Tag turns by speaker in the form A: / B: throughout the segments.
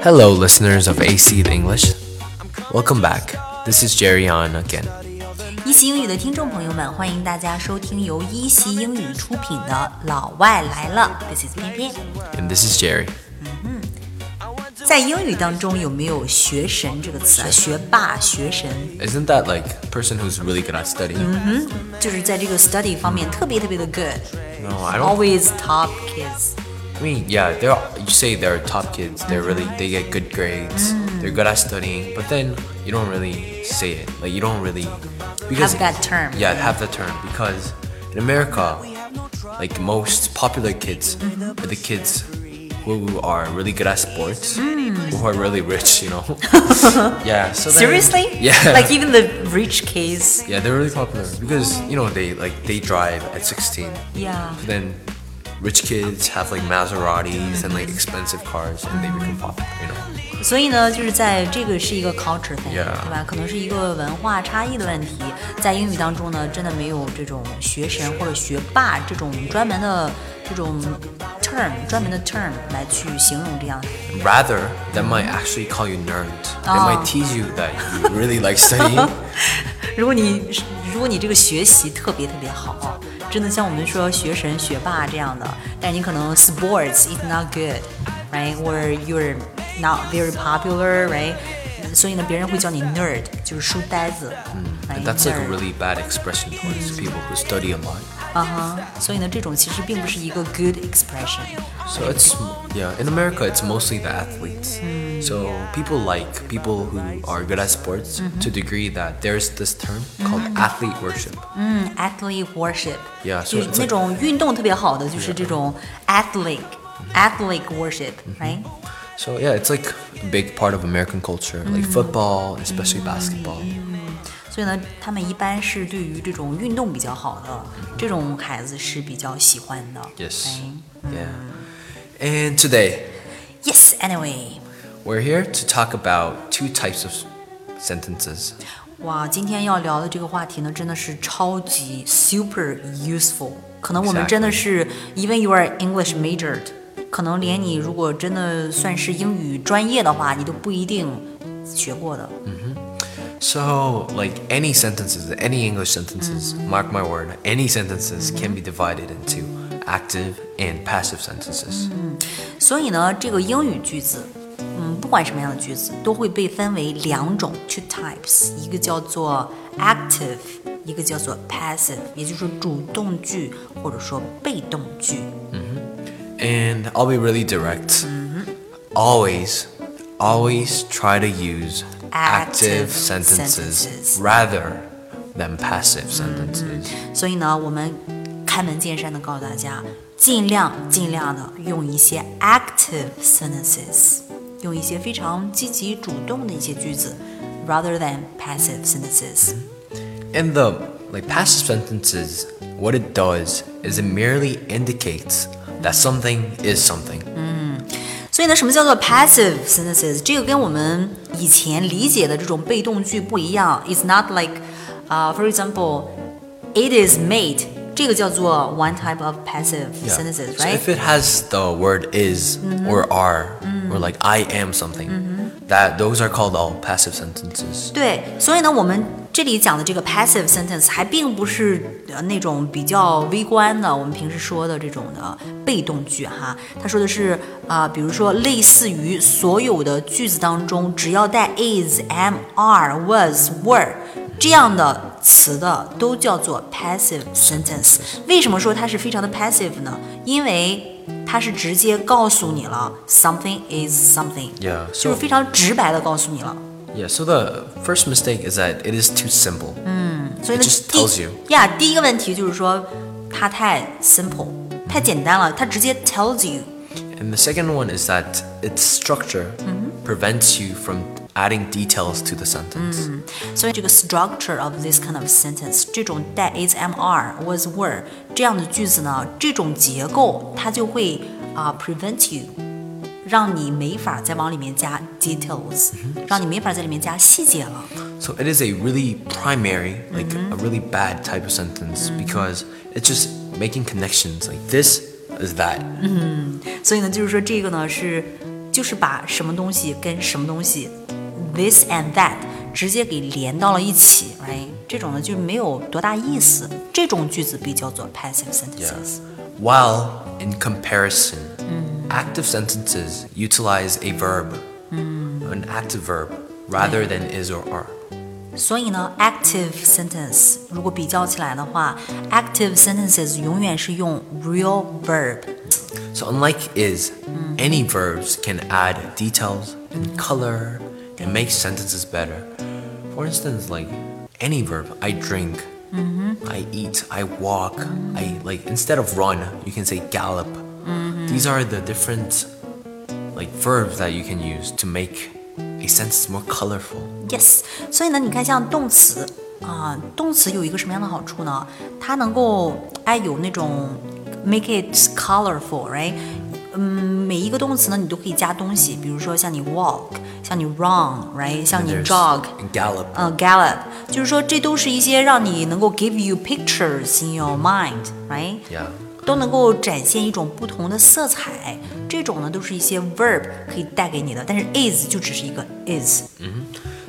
A: Hello, listeners of AC the English. Welcome back. This is Jerry on again.
B: 一席英语的听众朋友们，欢迎大家收听由一席英语出品的《老外来了》，This is 偏偏。
A: And this is Jerry.
B: 在英语当中有没有“学神”这个词啊？学霸、学神，
A: Isn't that like person who's really good at studying?
B: 就是在这个 study 方面特别特别的 good，always
A: No, I don't.
B: top kids。
A: I mean, yeah, they're all- you say they're top kids. They're really they get good grades. They're good at studying, but then you don't really say it. Like you don't really
B: Have that term.
A: Yeah, have that term because in America, like most popular kids are the kids who are really good at sports, who are really rich. You know. yeah. So then-
B: Seriously?
A: Yeah.
B: Like even the rich kids.
A: Yeah, they're really popular because you know they like they drive at 16.
B: Yeah.
A: But then rich kids have like Maseratis and like expensive cars and they become popular, you know.
B: 所以呢，就是在这个是一个 culture thing，、
A: Yeah.
B: 对吧？可能是一个文化差异的问题。在英语当中呢，真的没有这种学神或者学霸这种专门的这种 term，专门的 term 来去形容这样。
A: Rather, they might actually call you nerd. They might
B: Oh.
A: tease you that you really like studying.
B: 如果你如果你这个学习特别特别好，真的像我们说学神学霸这样的，但你可能 sports is not good, right? Or you're not very popular, right? 所以呢，别人会叫你 nerd，就是书呆子。嗯
A: And that's like a really bad expression towards people who study a lot.
B: 啊哈所以呢，这种其实并不是一个 good expression。
A: So it's yeah, in America it's mostly the athletes. So people like people who are good at sports to the degree that there's this term called athlete worship.
B: 嗯，athlete worship，
A: Yeah, so
B: 就是
A: it's
B: 那
A: like-
B: 种运动特别好的，就是这种 athlete athlete worship，right？
A: So yeah, it's like a big part of American culture, like football, especially basketball.
B: 所以呢，他们一般是对于这种运动比较好的这种孩子是比较喜欢的。
A: Yes.
B: right?
A: Yeah. And today
B: Yes. Anyway，
A: we're here to talk about two types of s- sentences.
B: 哇，今天要聊的这个话题呢，真的是超级 super useful。可能我们
A: Exactly.
B: 真的是，even you are English majored，可能连你如果真的算是英语专业的话，你都不一定学过的。
A: So, like any sentences, any English sentences, mark my word, any sentences can be divided into active and passive sentences.
B: 所以呢，这个英语句子，嗯，不管什么样的句子，都会被分为两种 two types，一个叫做 active，一个叫做 passive，也就是说主动句或者说被动句。
A: And I'll be really direct. Always, always try to use active,
B: Active
A: sentences,
B: sentences.
A: rather than passive sentences.
B: 所以呢，我们开门见山的告诉大家，尽量尽量的用一些 active sentences，用一些非常积极主动的一些句子，rather than passive sentences。
A: In the like passive sentences, what it does is it merely indicates that something is something.
B: 所以呢，什么叫做 passive sentences？这个跟我们以前理解的这种被动句不一样。It's not like，啊、f uh, o r example，it is made，这个叫做 one type of passive
A: Yeah. So
B: sentences，right？
A: if it has the word is or are or like I am something, that those are called all passive sentences.
B: 对，所以呢，我们这里讲的这个 passive sentence 还并不是呃那种比较微观的，我们平时说的这种的被动句哈。他说的是啊、比如说类似于所有的句子当中，只要带 is、am、are、was、were 这样的词的，都叫做 passive sentence。为什么说它是非常的 passive 呢？因为它是直接告诉你了 something is something，、
A: Yeah,
B: 就是非常直白的告诉你了。
A: Yeah. So the first mistake is that it is too simple.
B: 所以呢
A: It just
B: 第
A: tells you.
B: 呀第一个问题就是说，它太 simple，太简单了，它直接 tells you。
A: And the second one is that its structure prevents you from adding details to the sentence.
B: 所以这个 structure of this kind of sentence，这种带 is am are was were 这样的句子呢，这种结构它就会啊、prevent you，让你没法再往里面加 details，、让
A: 嗯
B: 你没法在里面加细节了。
A: So it is a really primary, like a really bad type of sentence because it's just making connections. Like this is that.
B: 所以呢，就是说这个呢是就是把什么东西跟什么东西，this and that 直接给连到了一起，right？这种呢就没有多大意思。这种句子被叫做 passive
A: Yeah.
B: sentences。
A: While in comparison, active sentences utilize a verb, an active verb, rather than is or are.
B: 所以呢，active sentence 如果比较起来的话，active sentences 永远是用 real verb。
A: So, unlike is, any verbs can add details and color and make sentences better. For instance, like any verb, I drink, I eat, I walk, I like instead of run, you can say gallop. These are the different like verbs that you can use to make a sentence more colorful.
B: Yes，所以呢，你看像动词啊、动词有一个什么样的好处呢？它能够哎有那种 make it colorful，right？嗯，每一个动词呢，你都可以加东西，比如说像你 walk，像你 run，right？像
A: And
B: 你
A: there's-
B: jog，
A: and gallop.
B: 呃 gallop，就是说这都是一些让你能够 give you pictures in your mind，right？
A: Yeah.
B: 都能够展现一种不同的色彩，这种呢都是一些 verb 可以带给你的，但是 is 就只是一个 is。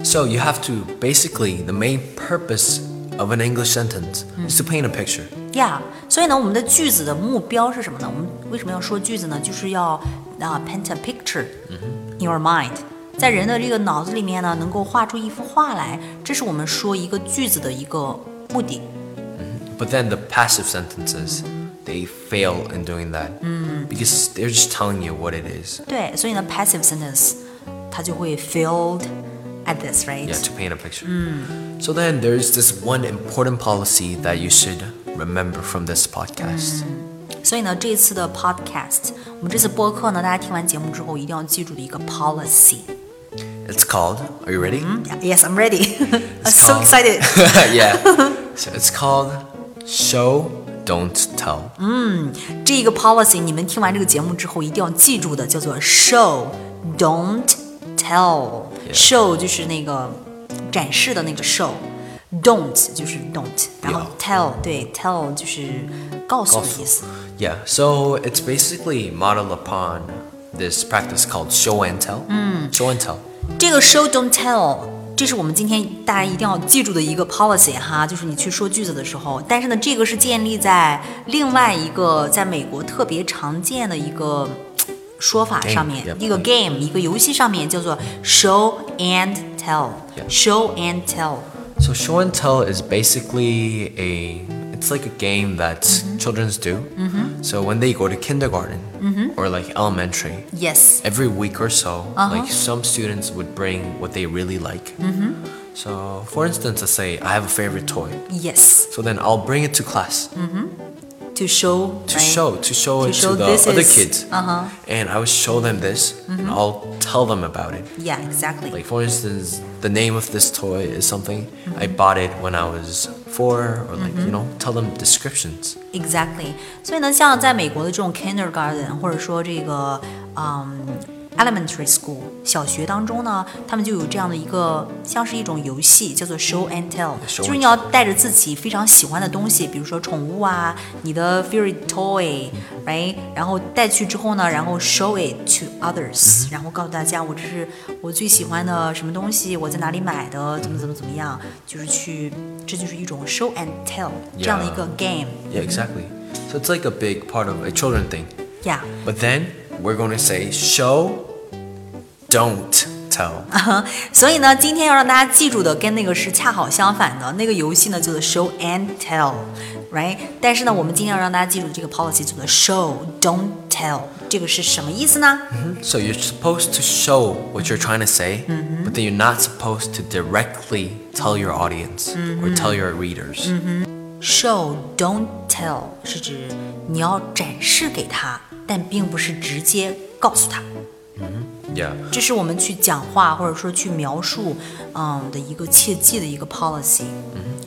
A: So you have to basically the main purpose of an English sentence is to paint a picture.
B: Yeah，所以呢，我们的句子的目标是什么呢？我们为什么要说句子呢？就是要啊、paint a picture in your mind，在人的这个脑子里面呢，能够画出一幅画来，这是我们说一个句子的一个目的。
A: But then the passive sentences, they fail in doing that because they're just telling you what it is.
B: 对，所以呢，passive sentence 它就会 failed at this right？
A: Yeah, to paint a picture. So then there's this one important policy that you should remember from this podcast.
B: 所以呢，这次的 podcast，我们这次播客呢，大家听完节目之后一定要记住的一个 policy。
A: It's called, are you ready?
B: Yes, I'm ready. I'm
A: It's
B: so
A: called-
B: excited.
A: yeah. So it's called show, don't tell.
B: 这一个 policy，你们听完这个节目之后一定要记住的，叫做 show don't tell。
A: Yeah.
B: show 就是那个展示的那个 show，don't 就是 don't，然后 tell 对 tell 就是告诉的意思。
A: Yeah, so it's basically modeled upon this practice called show and tell. Show and tell.
B: 这个 show don't tell，这是我们今天大家一定要记住的一个 policy 哈，就是你去说句子的时候，但是呢，这个是建立在另外一个在美国特别常见的一个嘖说法
A: Game，
B: 上面
A: yep，
B: 一个 game，一个游戏上面叫做 show and
A: Yeah
B: tell，show and tell。
A: So show and tell is basically a it's like a game that childrens do. So when they go to kindergarten or like elementary,
B: Yes，
A: every week or so,
B: Uh-huh.
A: like some students would bring what they really like. So for instance, let's say I have a favorite toy.
B: yes
A: So then I'll bring it to class
B: to show
A: to
B: right?
A: show to show
B: To
A: it
B: show
A: to the
B: this
A: other
B: is-
A: kids.
B: uh-huh.
A: And I would show them this and I'll tell them about it.
B: yeah exactly
A: Like for instance, the name of this toy is something I bought it when I was four, or like you know, tell them descriptions.
B: Exactly，所以呢，像在美国的这种 kindergarten 或者说这个嗯 elementary school 小学当中呢，他们就有这样的一个像是一种游戏，叫做 show and tell，
A: show
B: 就是
A: and
B: 你要带着自己非常喜欢的东西，比如说宠物啊，你的 favorite toy，right，然后带去之后呢，然后 show it to
A: 嗯
B: others，、然后告诉大家我这是我最喜欢的什么东西，我在哪里买的，怎么怎么怎么样，就是去，这就是一种 show and tell 这样的一个 game。
A: Yeah, exactly. So it's like a big part of a children thing.
B: Yeah.
A: But then we're going to say show, don't tell.
B: Uh-huh. 所以呢，今天要让大家记住的跟那个是恰好相反的。那个游戏呢叫做 show and tell，right？但是呢，我们今天要让大家记住这个 policy 叫做 show don't tell，这个是什么意思呢？
A: so you're supposed to show what you're trying to say, but then you're not supposed to directly tell your audience or tell your readers.
B: Show don't tell 是指你要展示给他，但并不是直接告诉他。
A: Yeah.
B: 这是我们去讲话或者说去描述，嗯的一个切记的一个 policy。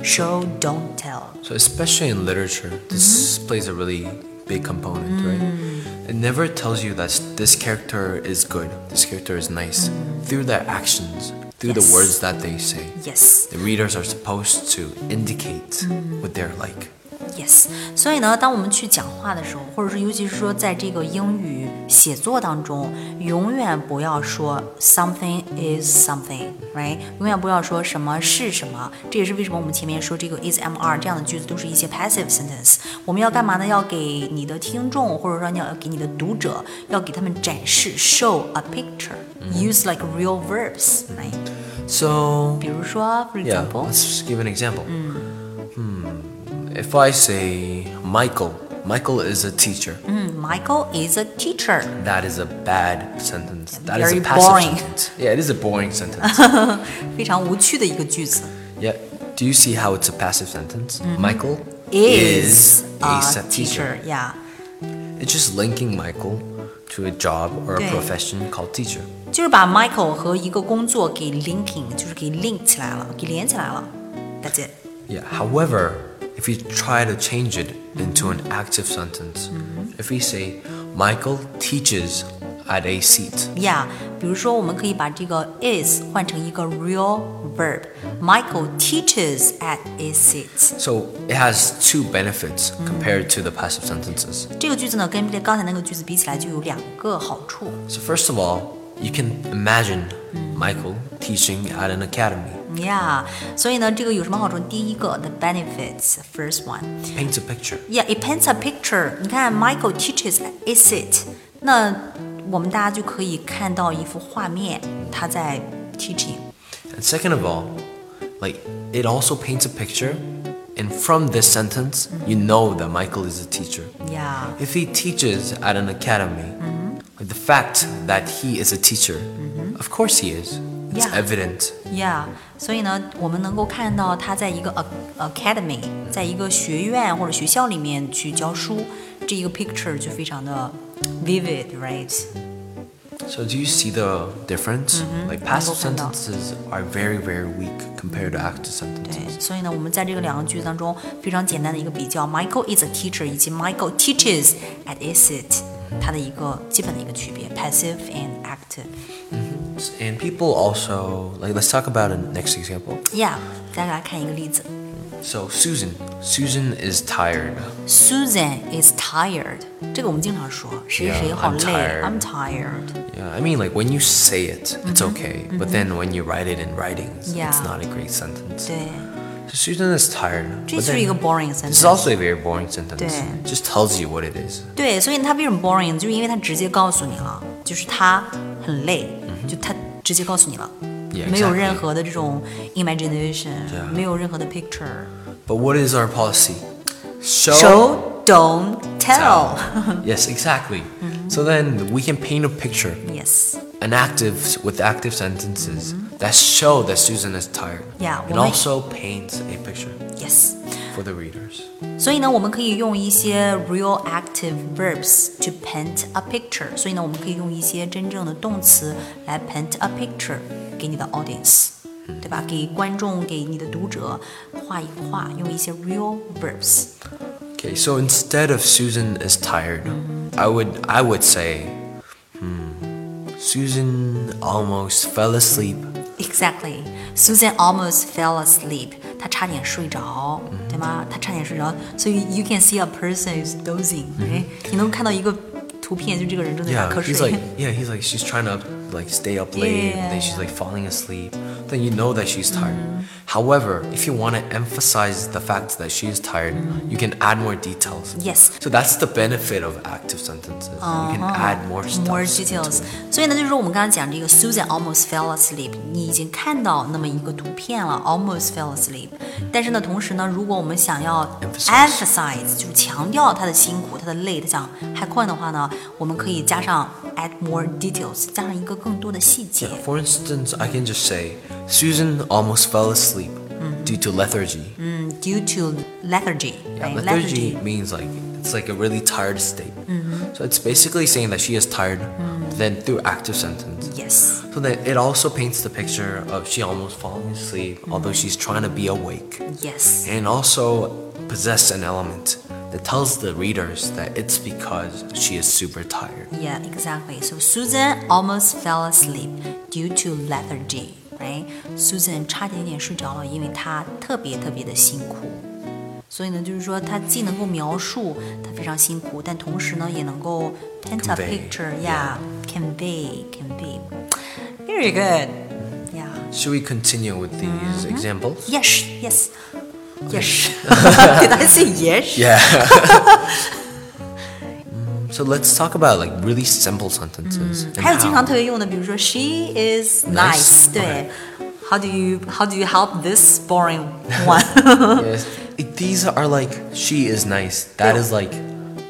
B: Show don't tell。
A: So especially in literature, this
B: Mm-hmm.
A: plays a really big component,
B: Mm.
A: right? It never tells you that this character is good, this character is nice through their actions, through
B: Mm. Yes.
A: the words that they say.
B: Yes。
A: The
B: Mm.
A: readers are supposed to indicate what they're like.
B: Yes，所以呢，当我们去讲话的时候，或者是尤其是说在这个英语写作当中，永远不要说 something is something，right？永远不要说什么是什么。这也是为什么我们前面说这个 is am are 这样的句子都是一些 passive sentence。我们要干嘛呢？要给你的听众，或者说你要给你的读者，要给他们展示 show a picture，use like real verbs，right？
A: So
B: 比如说，for
A: yeah,
B: example，Mm.
A: let's just give an example. Hmm. If I say Michael, Michael is a teacher.
B: 嗯，Michael is a teacher。
A: That is a bad sentence. That is
B: Very
A: a passive
B: boring.
A: sentence. Yeah, it is a boring sentence.
B: 非常无趣的一个句子。
A: yeah. Do you see how it's a passive sentence? Michael
B: Mm-hmm. is
A: a
B: a
A: se- teacher.
B: teacher. Yeah，
A: It's just linking Michael to a job or a
B: 对。
A: profession called teacher.
B: 就是把 Michael 和一个工作给 linking，就是给 link 起来了，给连起来了。That's it。
A: Yeah. However, if you try to change it
B: Mm-hmm.
A: into an active sentence, if we say Michael teaches at a seat,
B: Yeah，比如说我们可以把这个 is 换成一个 real verb。Michael teaches at a seat。
A: so it has two benefits
B: Mm-hmm.
A: compared to the passive sentences.
B: 这个句子呢，跟刚才那个句子比起来就有两个好处。
A: So first of all, you can imagine
B: Mm-hmm.
A: Michael teaching at an academy.
B: Yeah，所以呢，这个有什么好处？第一个，the benefits first one。
A: Paint a picture.
B: Yeah, it paints a picture. 你看，Michael teaches is it？那我们大家就可以看到一幅画面，他在 teaching。
A: And second of all, like it also paints a picture and from this sentence you know that Michael is a teacher.
B: Yeah,
A: If he teaches at an academy, the fact that he is a teacher, of course he is. It's
B: Yeah.
A: evident.
B: yeah. 所以呢，我们能够看到他在一个 ac- academy，在一个学院或者学校里面去教书，这一个 picture 就非常的 vivid，right？
A: So do you see the difference? Like passive
B: Well, kind of.
A: sentences are very, very weak compared to active sentences.
B: 对，所以呢，我们在这个两个句子当中非常简单的一个比较，Michael is a teacher 以及 Michael teaches at is it，它的一个基本的一个区别，passive and active。
A: And people also like let's talk about a next example.
B: Yeah，再来看一个例子
A: So Susan. Susan is tired.
B: ，Susan is tired。这个我们经常说，谁
A: Yeah,
B: 谁好
A: I'm
B: 累
A: tired
B: I'm tired。
A: Yeah, I mean like when you say it, it's okay. But then when you write it in writings, it's
B: Mm-hmm. Yeah.
A: not a great sentence.
B: 对，
A: So Susan is tired.
B: 这
A: but
B: 就是
A: then-
B: 一个 boring
A: This is
B: sentence。
A: also a very boring sentence.
B: Yeah.
A: It Just tells you what it is.
B: 对，所以它为什么 boring，就是因为它直接告诉你了，就是他很累，就他直接告诉你了
A: 嗯 Yeah,
B: 没有
A: exactly.
B: 任何的这种 imagination，、
A: Yeah.
B: 没有任何的 picture。
A: But what is our policy? Show,
B: Show, don't tell. Mm-hmm.
A: yes, exactly. So then we can paint a picture,
B: Yes.
A: an active with active sentences that show that Susan is tired.
B: Mm-hmm. Yeah,
A: It
B: well, my-
A: also paints a picture
B: Yes.
A: for the readers.
B: 所以呢，我们可以用一些 real active verbs to paint a picture。所以呢，我们可以用一些真正的动词来 paint a picture 给你的 audience，对
A: 嗯
B: 吧？给观众、给你的读者画一幅画，用一些 real verbs。
A: Okay, so instead of Susan is tired, I would I would say, hmm, Susan almost fell asleep
B: Exactly. Susan almost fell asleep. 她差点睡着，
A: 嗯
B: 对吗？她差点睡着。所以 you can see a person is dozing. 哎，你能看到一个图片，就这个人正在打
A: 嗯 Yeah,
B: 瞌
A: he's
B: 睡
A: like。yeah, he's like she's trying to like stay up late, and then she's like falling asleep. Then you know that she's tired.
B: Mm-hmm.
A: However, if you want to emphasize the fact that she is tired, you can add more details.
B: Yes. Uh-huh.
A: So that's the benefit of active sentences. You can add more stuff.
B: More
A: into
B: details，
A: it.
B: 所以呢，就是说我们刚刚讲这个 Susan almost fell asleep，你已经看到那么一个图片了，almost fell asleep。但是呢，同时呢，如果我们想要
A: Emphasize
B: emphasize，就是强调她的辛苦、她的累、她想 high 的话呢，我们可以加上 add more details，加上一个更多的细节。
A: For instance, I can just say Susan almost fell asleep due to lethargy.
B: 嗯，due to lethargy，
A: Yeah,
B: right?
A: Mm-hmm. lethargy Mm-hmm. means like it's like a really tired state. So it's basically saying that she is tired. Then through active sentence.
B: Yes.
A: So then it also paints the picture of she almost falling asleep, although she's trying to be awake.
B: Yes.
A: And also possess an element that tells the readers that it's because she is super tired.
B: Yeah, exactly. So Susan almost fell asleep due to lethargy. Right? Susan 差点点睡着了，因为她特别特别的辛苦。所以呢，就是说它既能够描述它非常辛苦，但同时呢，也能够 paint a
A: Convey,
B: picture，yeah，convey convey。Very good. Yeah.
A: Should we continue with these examples?
B: Yes. Yes. Yes. Did I say yes?
A: Yeah. Mm, so let's talk about like really simple sentences. and
B: 还有经
A: Mm-hmm. how.
B: 常特别用的，比如说 She is
A: Nice，
B: nice，对
A: OK。
B: How do you How do you help this boring one？
A: Yes. It- these are like she is nice. That is like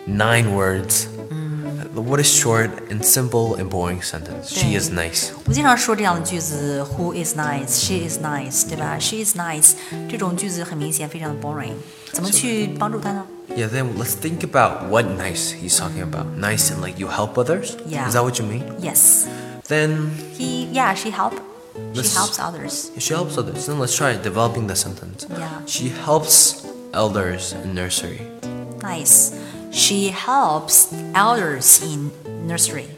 A: nine words.
B: Mm.
A: What a short and simple and boring sentence. She is nice.
B: 我们经常说这样的句子：Who is nice? She is nice，对吧？She is nice，这种句子很明显非常的 boring。怎么去帮助他呢
A: Yeah, then let's think about what nice he's talking about. Nice and like you help others?
B: Yeah.
A: Is that what you mean?
B: ？Yes,
A: Then
B: he, yeah, she help, she
A: This-
B: helps others.
A: she helps others. Then let's try developing the sentence.
B: Yeah.
A: She helps elders in nursery.
B: Nice, she helps elders in nursery.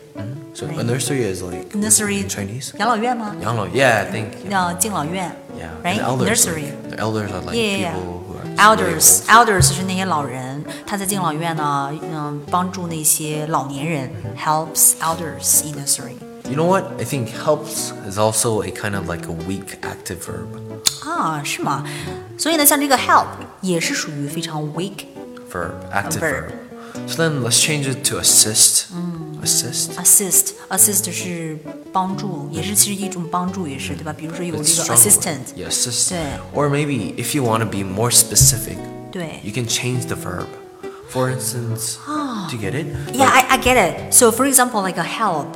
A: So a
B: Right.
A: nursery is like
B: Nursery
A: in Chinese?
B: 养老院吗？
A: Yanglong. Yeah, I think.
B: 那敬老院
A: Yeah.
B: ，right?
A: And elders,
B: Nursery.
A: like, the elders are like
B: Yeah,
A: people who are just really
B: elders elders 是那些老人，他在敬老院呢，嗯，帮助那些老年人，helps elders in nursery。
A: You know what? I think helps is also a kind of like a weak active verb.
B: 啊，是吗？所以呢，像这个 help 也是属于非常 weak
A: Verb. Active
B: verb. Mm.
A: verb. So then let's change it to assist. Assist.
B: assist assist 是帮助，也是其实一种帮助，也是对吧？比如说有
A: It's
B: 这个
A: strong word.
B: assistant，
A: Yeah, assistant.
B: Yeah.
A: Or maybe if you want to be more specific,
B: 对。
A: you can change the verb. For instance, do you get it?
B: Yeah,
A: Like,
B: I, I get it. So, for example, like a help，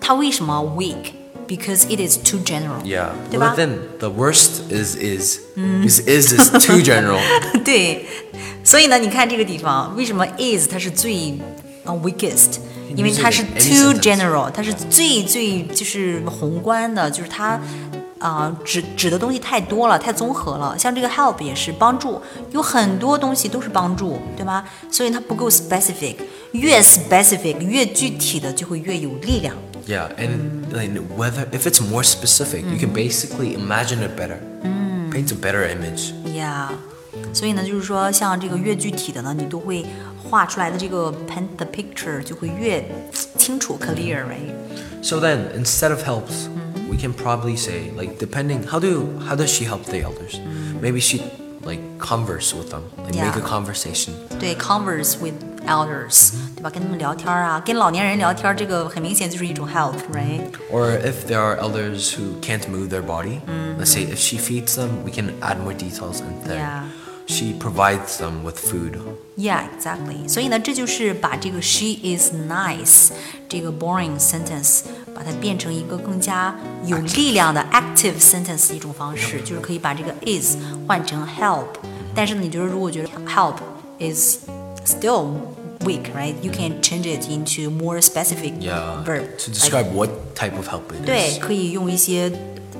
B: 它为什么 weak? Because it is too general.
A: yeah.
B: 对
A: Well,
B: 吧
A: but？then the worst is is.
B: Mm.
A: Is is is too general.
B: 对，所以呢，你看这个地方为什么 is 它是最呃 weakest，因为它是
A: Using any
B: too
A: sentence.
B: general，它是最最就是宏观的，就是它。啊、指指的东西太多了，太综合了。像这个 help 也是帮助，有很多东西都是帮助，对吧？所以它不够 specific，越 specific 越具体的就会越有力量。
A: yeah, and like whether if it's more specific, you
B: Mm.
A: can basically imagine it better. Paint a better image.
B: Yeah，所以呢，就是说像这个越具体的呢，你都会画出来的这个 paint the picture 就会越清楚 clear，right？
A: So then, instead of helps, we can probably say like depending how do how does she help the elders? Maybe she like converse with them, like make
B: Yeah.
A: a conversation.
B: 对，converse with elders，对吧？跟他们聊天儿啊，跟老年人聊天儿，这个很明显就是一种 help，right？
A: Or if there are elders who can't move their body, let's say if she feeds them, we can add more details in there.
B: Yeah.
A: She provides them with food.
B: Yeah, exactly. 所以呢，这就是把这个 she is nice 这个 boring sentence 把它变成一个更加有力量的 active sentence 一种方式，就是可以把这个 is 换成 help。但是呢，你就是如果觉得 help is still weak, right? You can change it into more specific
A: Yeah.
B: verb
A: To
B: like
A: describe what type of help it is.
B: 对，可以用一些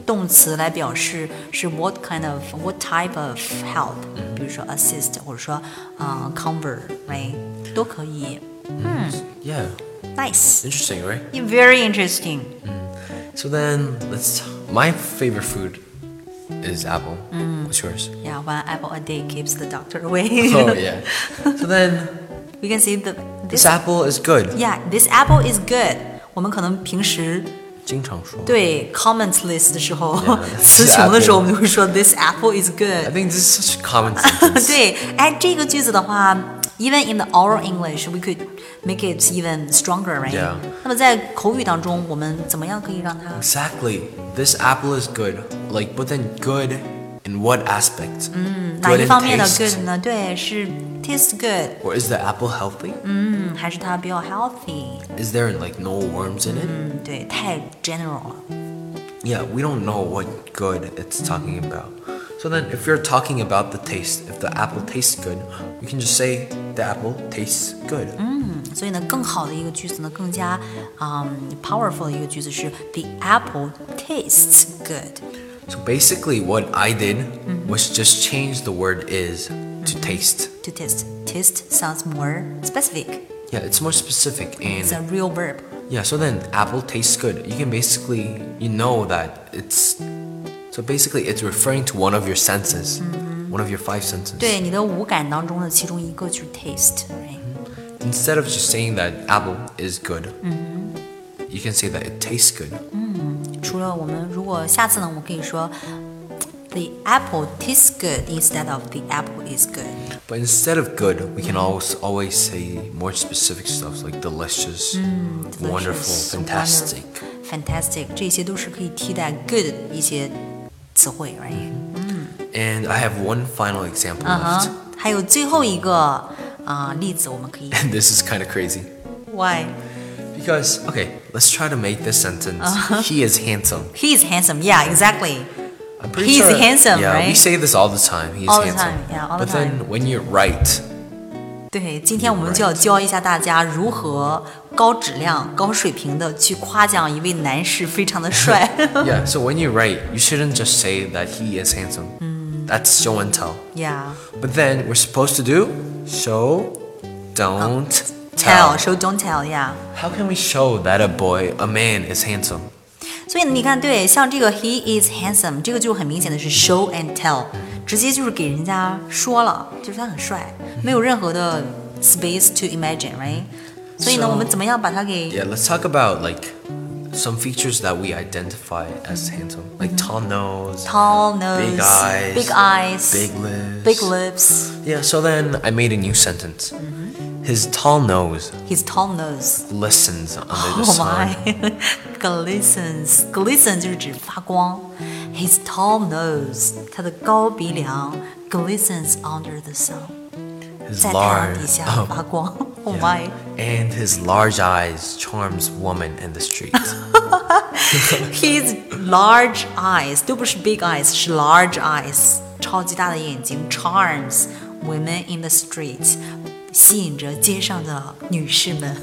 B: 动词来表示是 what kind of what type of help，比如说 assist 或者说啊、convert，right 都可以。
A: Yeah.
B: Nice,
A: Interesting, right?
B: very interesting.
A: So then, let's. My favorite food is apple.
B: Mm.
A: What's yours?
B: Yeah, one apple a day keeps the doctor away.
A: Oh yeah. So then.
B: We can say the
A: This
B: this
A: apple is good.
B: yeah this apple is good. 我们可能平时
A: 经常说。
B: 对 comment list 的时候
A: Yeah,
B: 词穷的时候，我
A: this apple
B: 们就会说 this apple is
A: I
B: good。
A: think this is such a common sentence.
B: 对，哎，这个句子的话，even in the oral English, we could make it even stronger, right?
A: Yeah.
B: 那么在口语当中，我们怎么样可以让它
A: exactly. This apple is good. Like, but then good in what aspect?
B: Mm, 哪
A: Good
B: 一
A: in
B: 方面的
A: taste?
B: good 呢？对，是 taste good，
A: Or is the apple healthy?
B: 嗯，还是它比较 healthy？
A: Is there like no worms in it?
B: 嗯，对，太 general 了。
A: Yeah, we don't know what good it's talking about. So then, if you're talking about the taste, if the apple tastes good, you can just say the apple tastes good.
B: Mm. 嗯所以呢，更好的一个句子呢，更加嗯 powerful 的一个句子是 the apple tastes good。
A: So basically, what I did
B: Mm.
A: was just change the word is to taste.
B: To taste, taste sounds more specific.
A: Yeah, it's more specific and
B: It's a real verb.
A: Yeah, so then apple tastes good. You can basically you know that it's so basically it's referring to one of your senses, one of your five senses.
B: 对你的五感当中的其中一个就是 taste，right？
A: Instead of just saying that apple is good, you can say that it tastes good.
B: 除了我们，如果下次呢，我们可以说 the apple tastes good instead of the apple is good。
A: But instead of good, we can always always say more specific stuff like Mm, delicious, wonderful,
B: Delicious,
A: fantastic.
B: wonderful, fantastic，这些都是可以替代 good 一些词汇，right？
A: And I have one final example
B: 嗯哼
A: left.，
B: 还有最后一个啊、例子，我们可以
A: And this is kind of crazy.
B: why
A: Because, okay, let's try to make this sentence. He is handsome.
B: he is handsome，yeah exactly。
A: I'm pretty
B: He's
A: sure-
B: handsome,
A: yeah, we
B: right?
A: say this all the time. He's
B: All the
A: handsome.
B: time, yeah, all the
A: but then when you're right,
B: 对，今天我们就要教一下大家如何高质量、高水平的去夸奖一位男士非常的 帅。
A: yeah, so when you're right, you shouldn't just say that he is handsome.
B: Hmm.
A: That's show and tell.
B: yeah,
A: But then we're supposed to do show, don't
B: Oh. tell, so don't tell. Yeah.
A: How can we show that a boy, a man, is handsome?
B: 所以你看，对，像这个 he is handsome，这个就很明显的是 show and tell，直接就是给人家说了，就是他很帅，没有任何的 space to imagine，right？所以呢，
A: So-
B: 我们怎么样把它给
A: Yeah, let's talk about like some features that we identify as handsome, like tall nose,
B: Mm-hmm. tall nose,
A: Big eyes,
B: big eyes,
A: big lips,
B: big lips,
A: Yeah, so then I made a new sentence.
B: Mm-hmm.
A: His tall nose
B: his tall nose。
A: glistens under the
B: Oh
A: sun.
B: my, glistens, glisten 就是指发光。His tall nose，他的高鼻梁 glistens under the sun，
A: His
B: 在太阳
A: large
B: 底下
A: oh,
B: 发光。Oh
A: yeah.
B: my,
A: and his large eyes charms woman in the street.
B: his large eyes 都不是 big eyes，是 large eyes，超级大的眼睛 charms women in the street，吸引着街上的女 士们。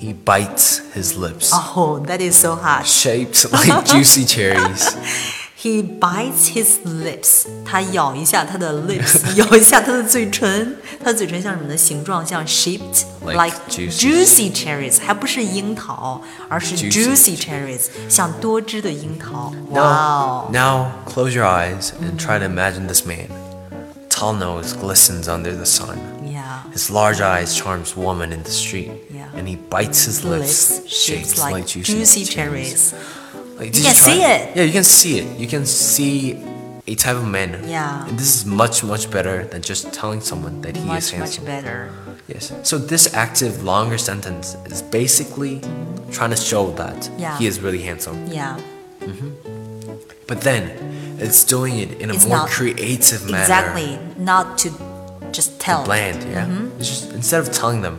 A: he bites his lips,
B: Oh, that is so harsh.
A: shaped like juicy cherries.
B: He bites his lips，他咬一下他的 lips，咬一下他的嘴唇，他的嘴唇像什么呢？形状像 shaped
A: Like
B: like
A: juicy
B: juicy cherries，还不是樱桃，而是
A: Juicy
B: juicy cherries，像多汁的樱桃。哇
A: Now,
B: 哦
A: now close your eyes and try to imagine this man. Tall nose glistens under the sun.
B: ，Yeah，
A: His large eyes charms woman in the street,
B: Yeah.
A: and he bites his lips,
B: lips
A: shaped
B: shaped like juicy cherries。
A: Like,
B: You
A: just
B: can see
A: try-
B: it.
A: Yeah, you can see it. You can see a type of man.
B: Yeah.
A: And this is much, much better than just telling someone that he is
B: Much much
A: handsome.
B: better.
A: Yes. So this active longer sentence is basically trying to show that
B: Yeah.
A: he is really handsome.
B: Yeah,
A: But then it's doing it in a
B: It's
A: more
B: not-
A: creative manner.
B: exactly. Not to just tell.
A: Bland, yeah. It's just instead of telling them,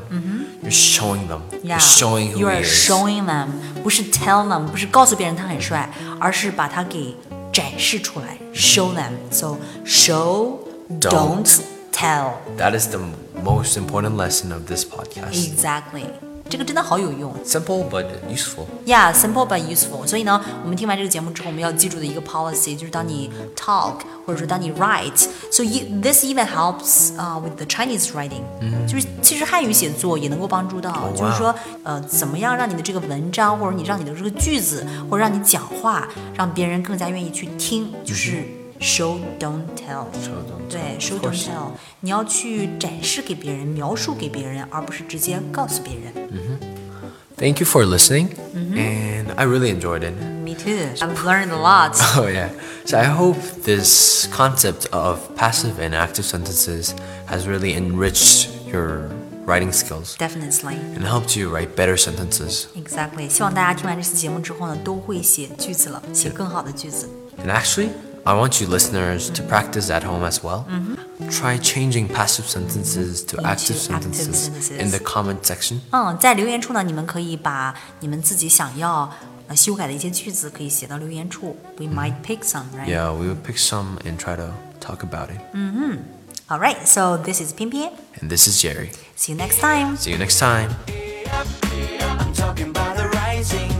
A: you're showing them.
B: Mm-hmm. Yeah,
A: You're showing who
B: you
A: he
B: are
A: is.
B: showing them，不是 tell them，不是告诉别人他很帅，而是把他给展示出来，show them。So show,
A: Don't.
B: don't tell.
A: That is the most important lesson of this podcast.
B: Exactly，这个真的好有用。
A: Simple but useful.
B: Yeah, simple but useful。所以呢，我们听完这个节目之后，我们要记住的一个 policy 就是，当你 talk 或者说当你 write，so you, this even helps 啊、with the Chinese writing，、就是
A: 嗯
B: 其实汉语写作也能够帮助到
A: wow
B: 就是说呃，怎么样让你的这个文章或者你让你的这个句子或者让你讲话，让别人更加愿意去听，就是 show don't tell。
A: So 嗯 don't
B: 对
A: tell.
B: ，show
A: Of
B: don't
A: course.
B: tell，你要去展示给别人，描述给别人，而不是直接告诉别人。
A: Thank you for listening,
B: Mm-hmm.
A: and I really enjoyed it.
B: Me too. I've learned a lot.
A: Oh yeah. So I hope this concept of passive and active sentences has really enriched your writing skills
B: Definitely.
A: and helped you write better sentences.
B: Exactly，希望大家听完这期节目之后呢，都会写句子了，写更好的句子。
A: And actually, I want you listeners to practice at home as well. Try changing passive sentences to active
B: Mm-hmm. Into active
A: sentences in
B: sentences.
A: the comment section.
B: 嗯，在留言处呢，你们可以把你们自己想要呃修改的一些句子，可以写到留言处。We might pick some, right? Mm.
A: Yeah, we will pick some and try to talk about it.
B: All right. So this is 偏偏。
A: And this is Jerry.
B: See you next time.
A: See you next time.
C: I'm talking about the rising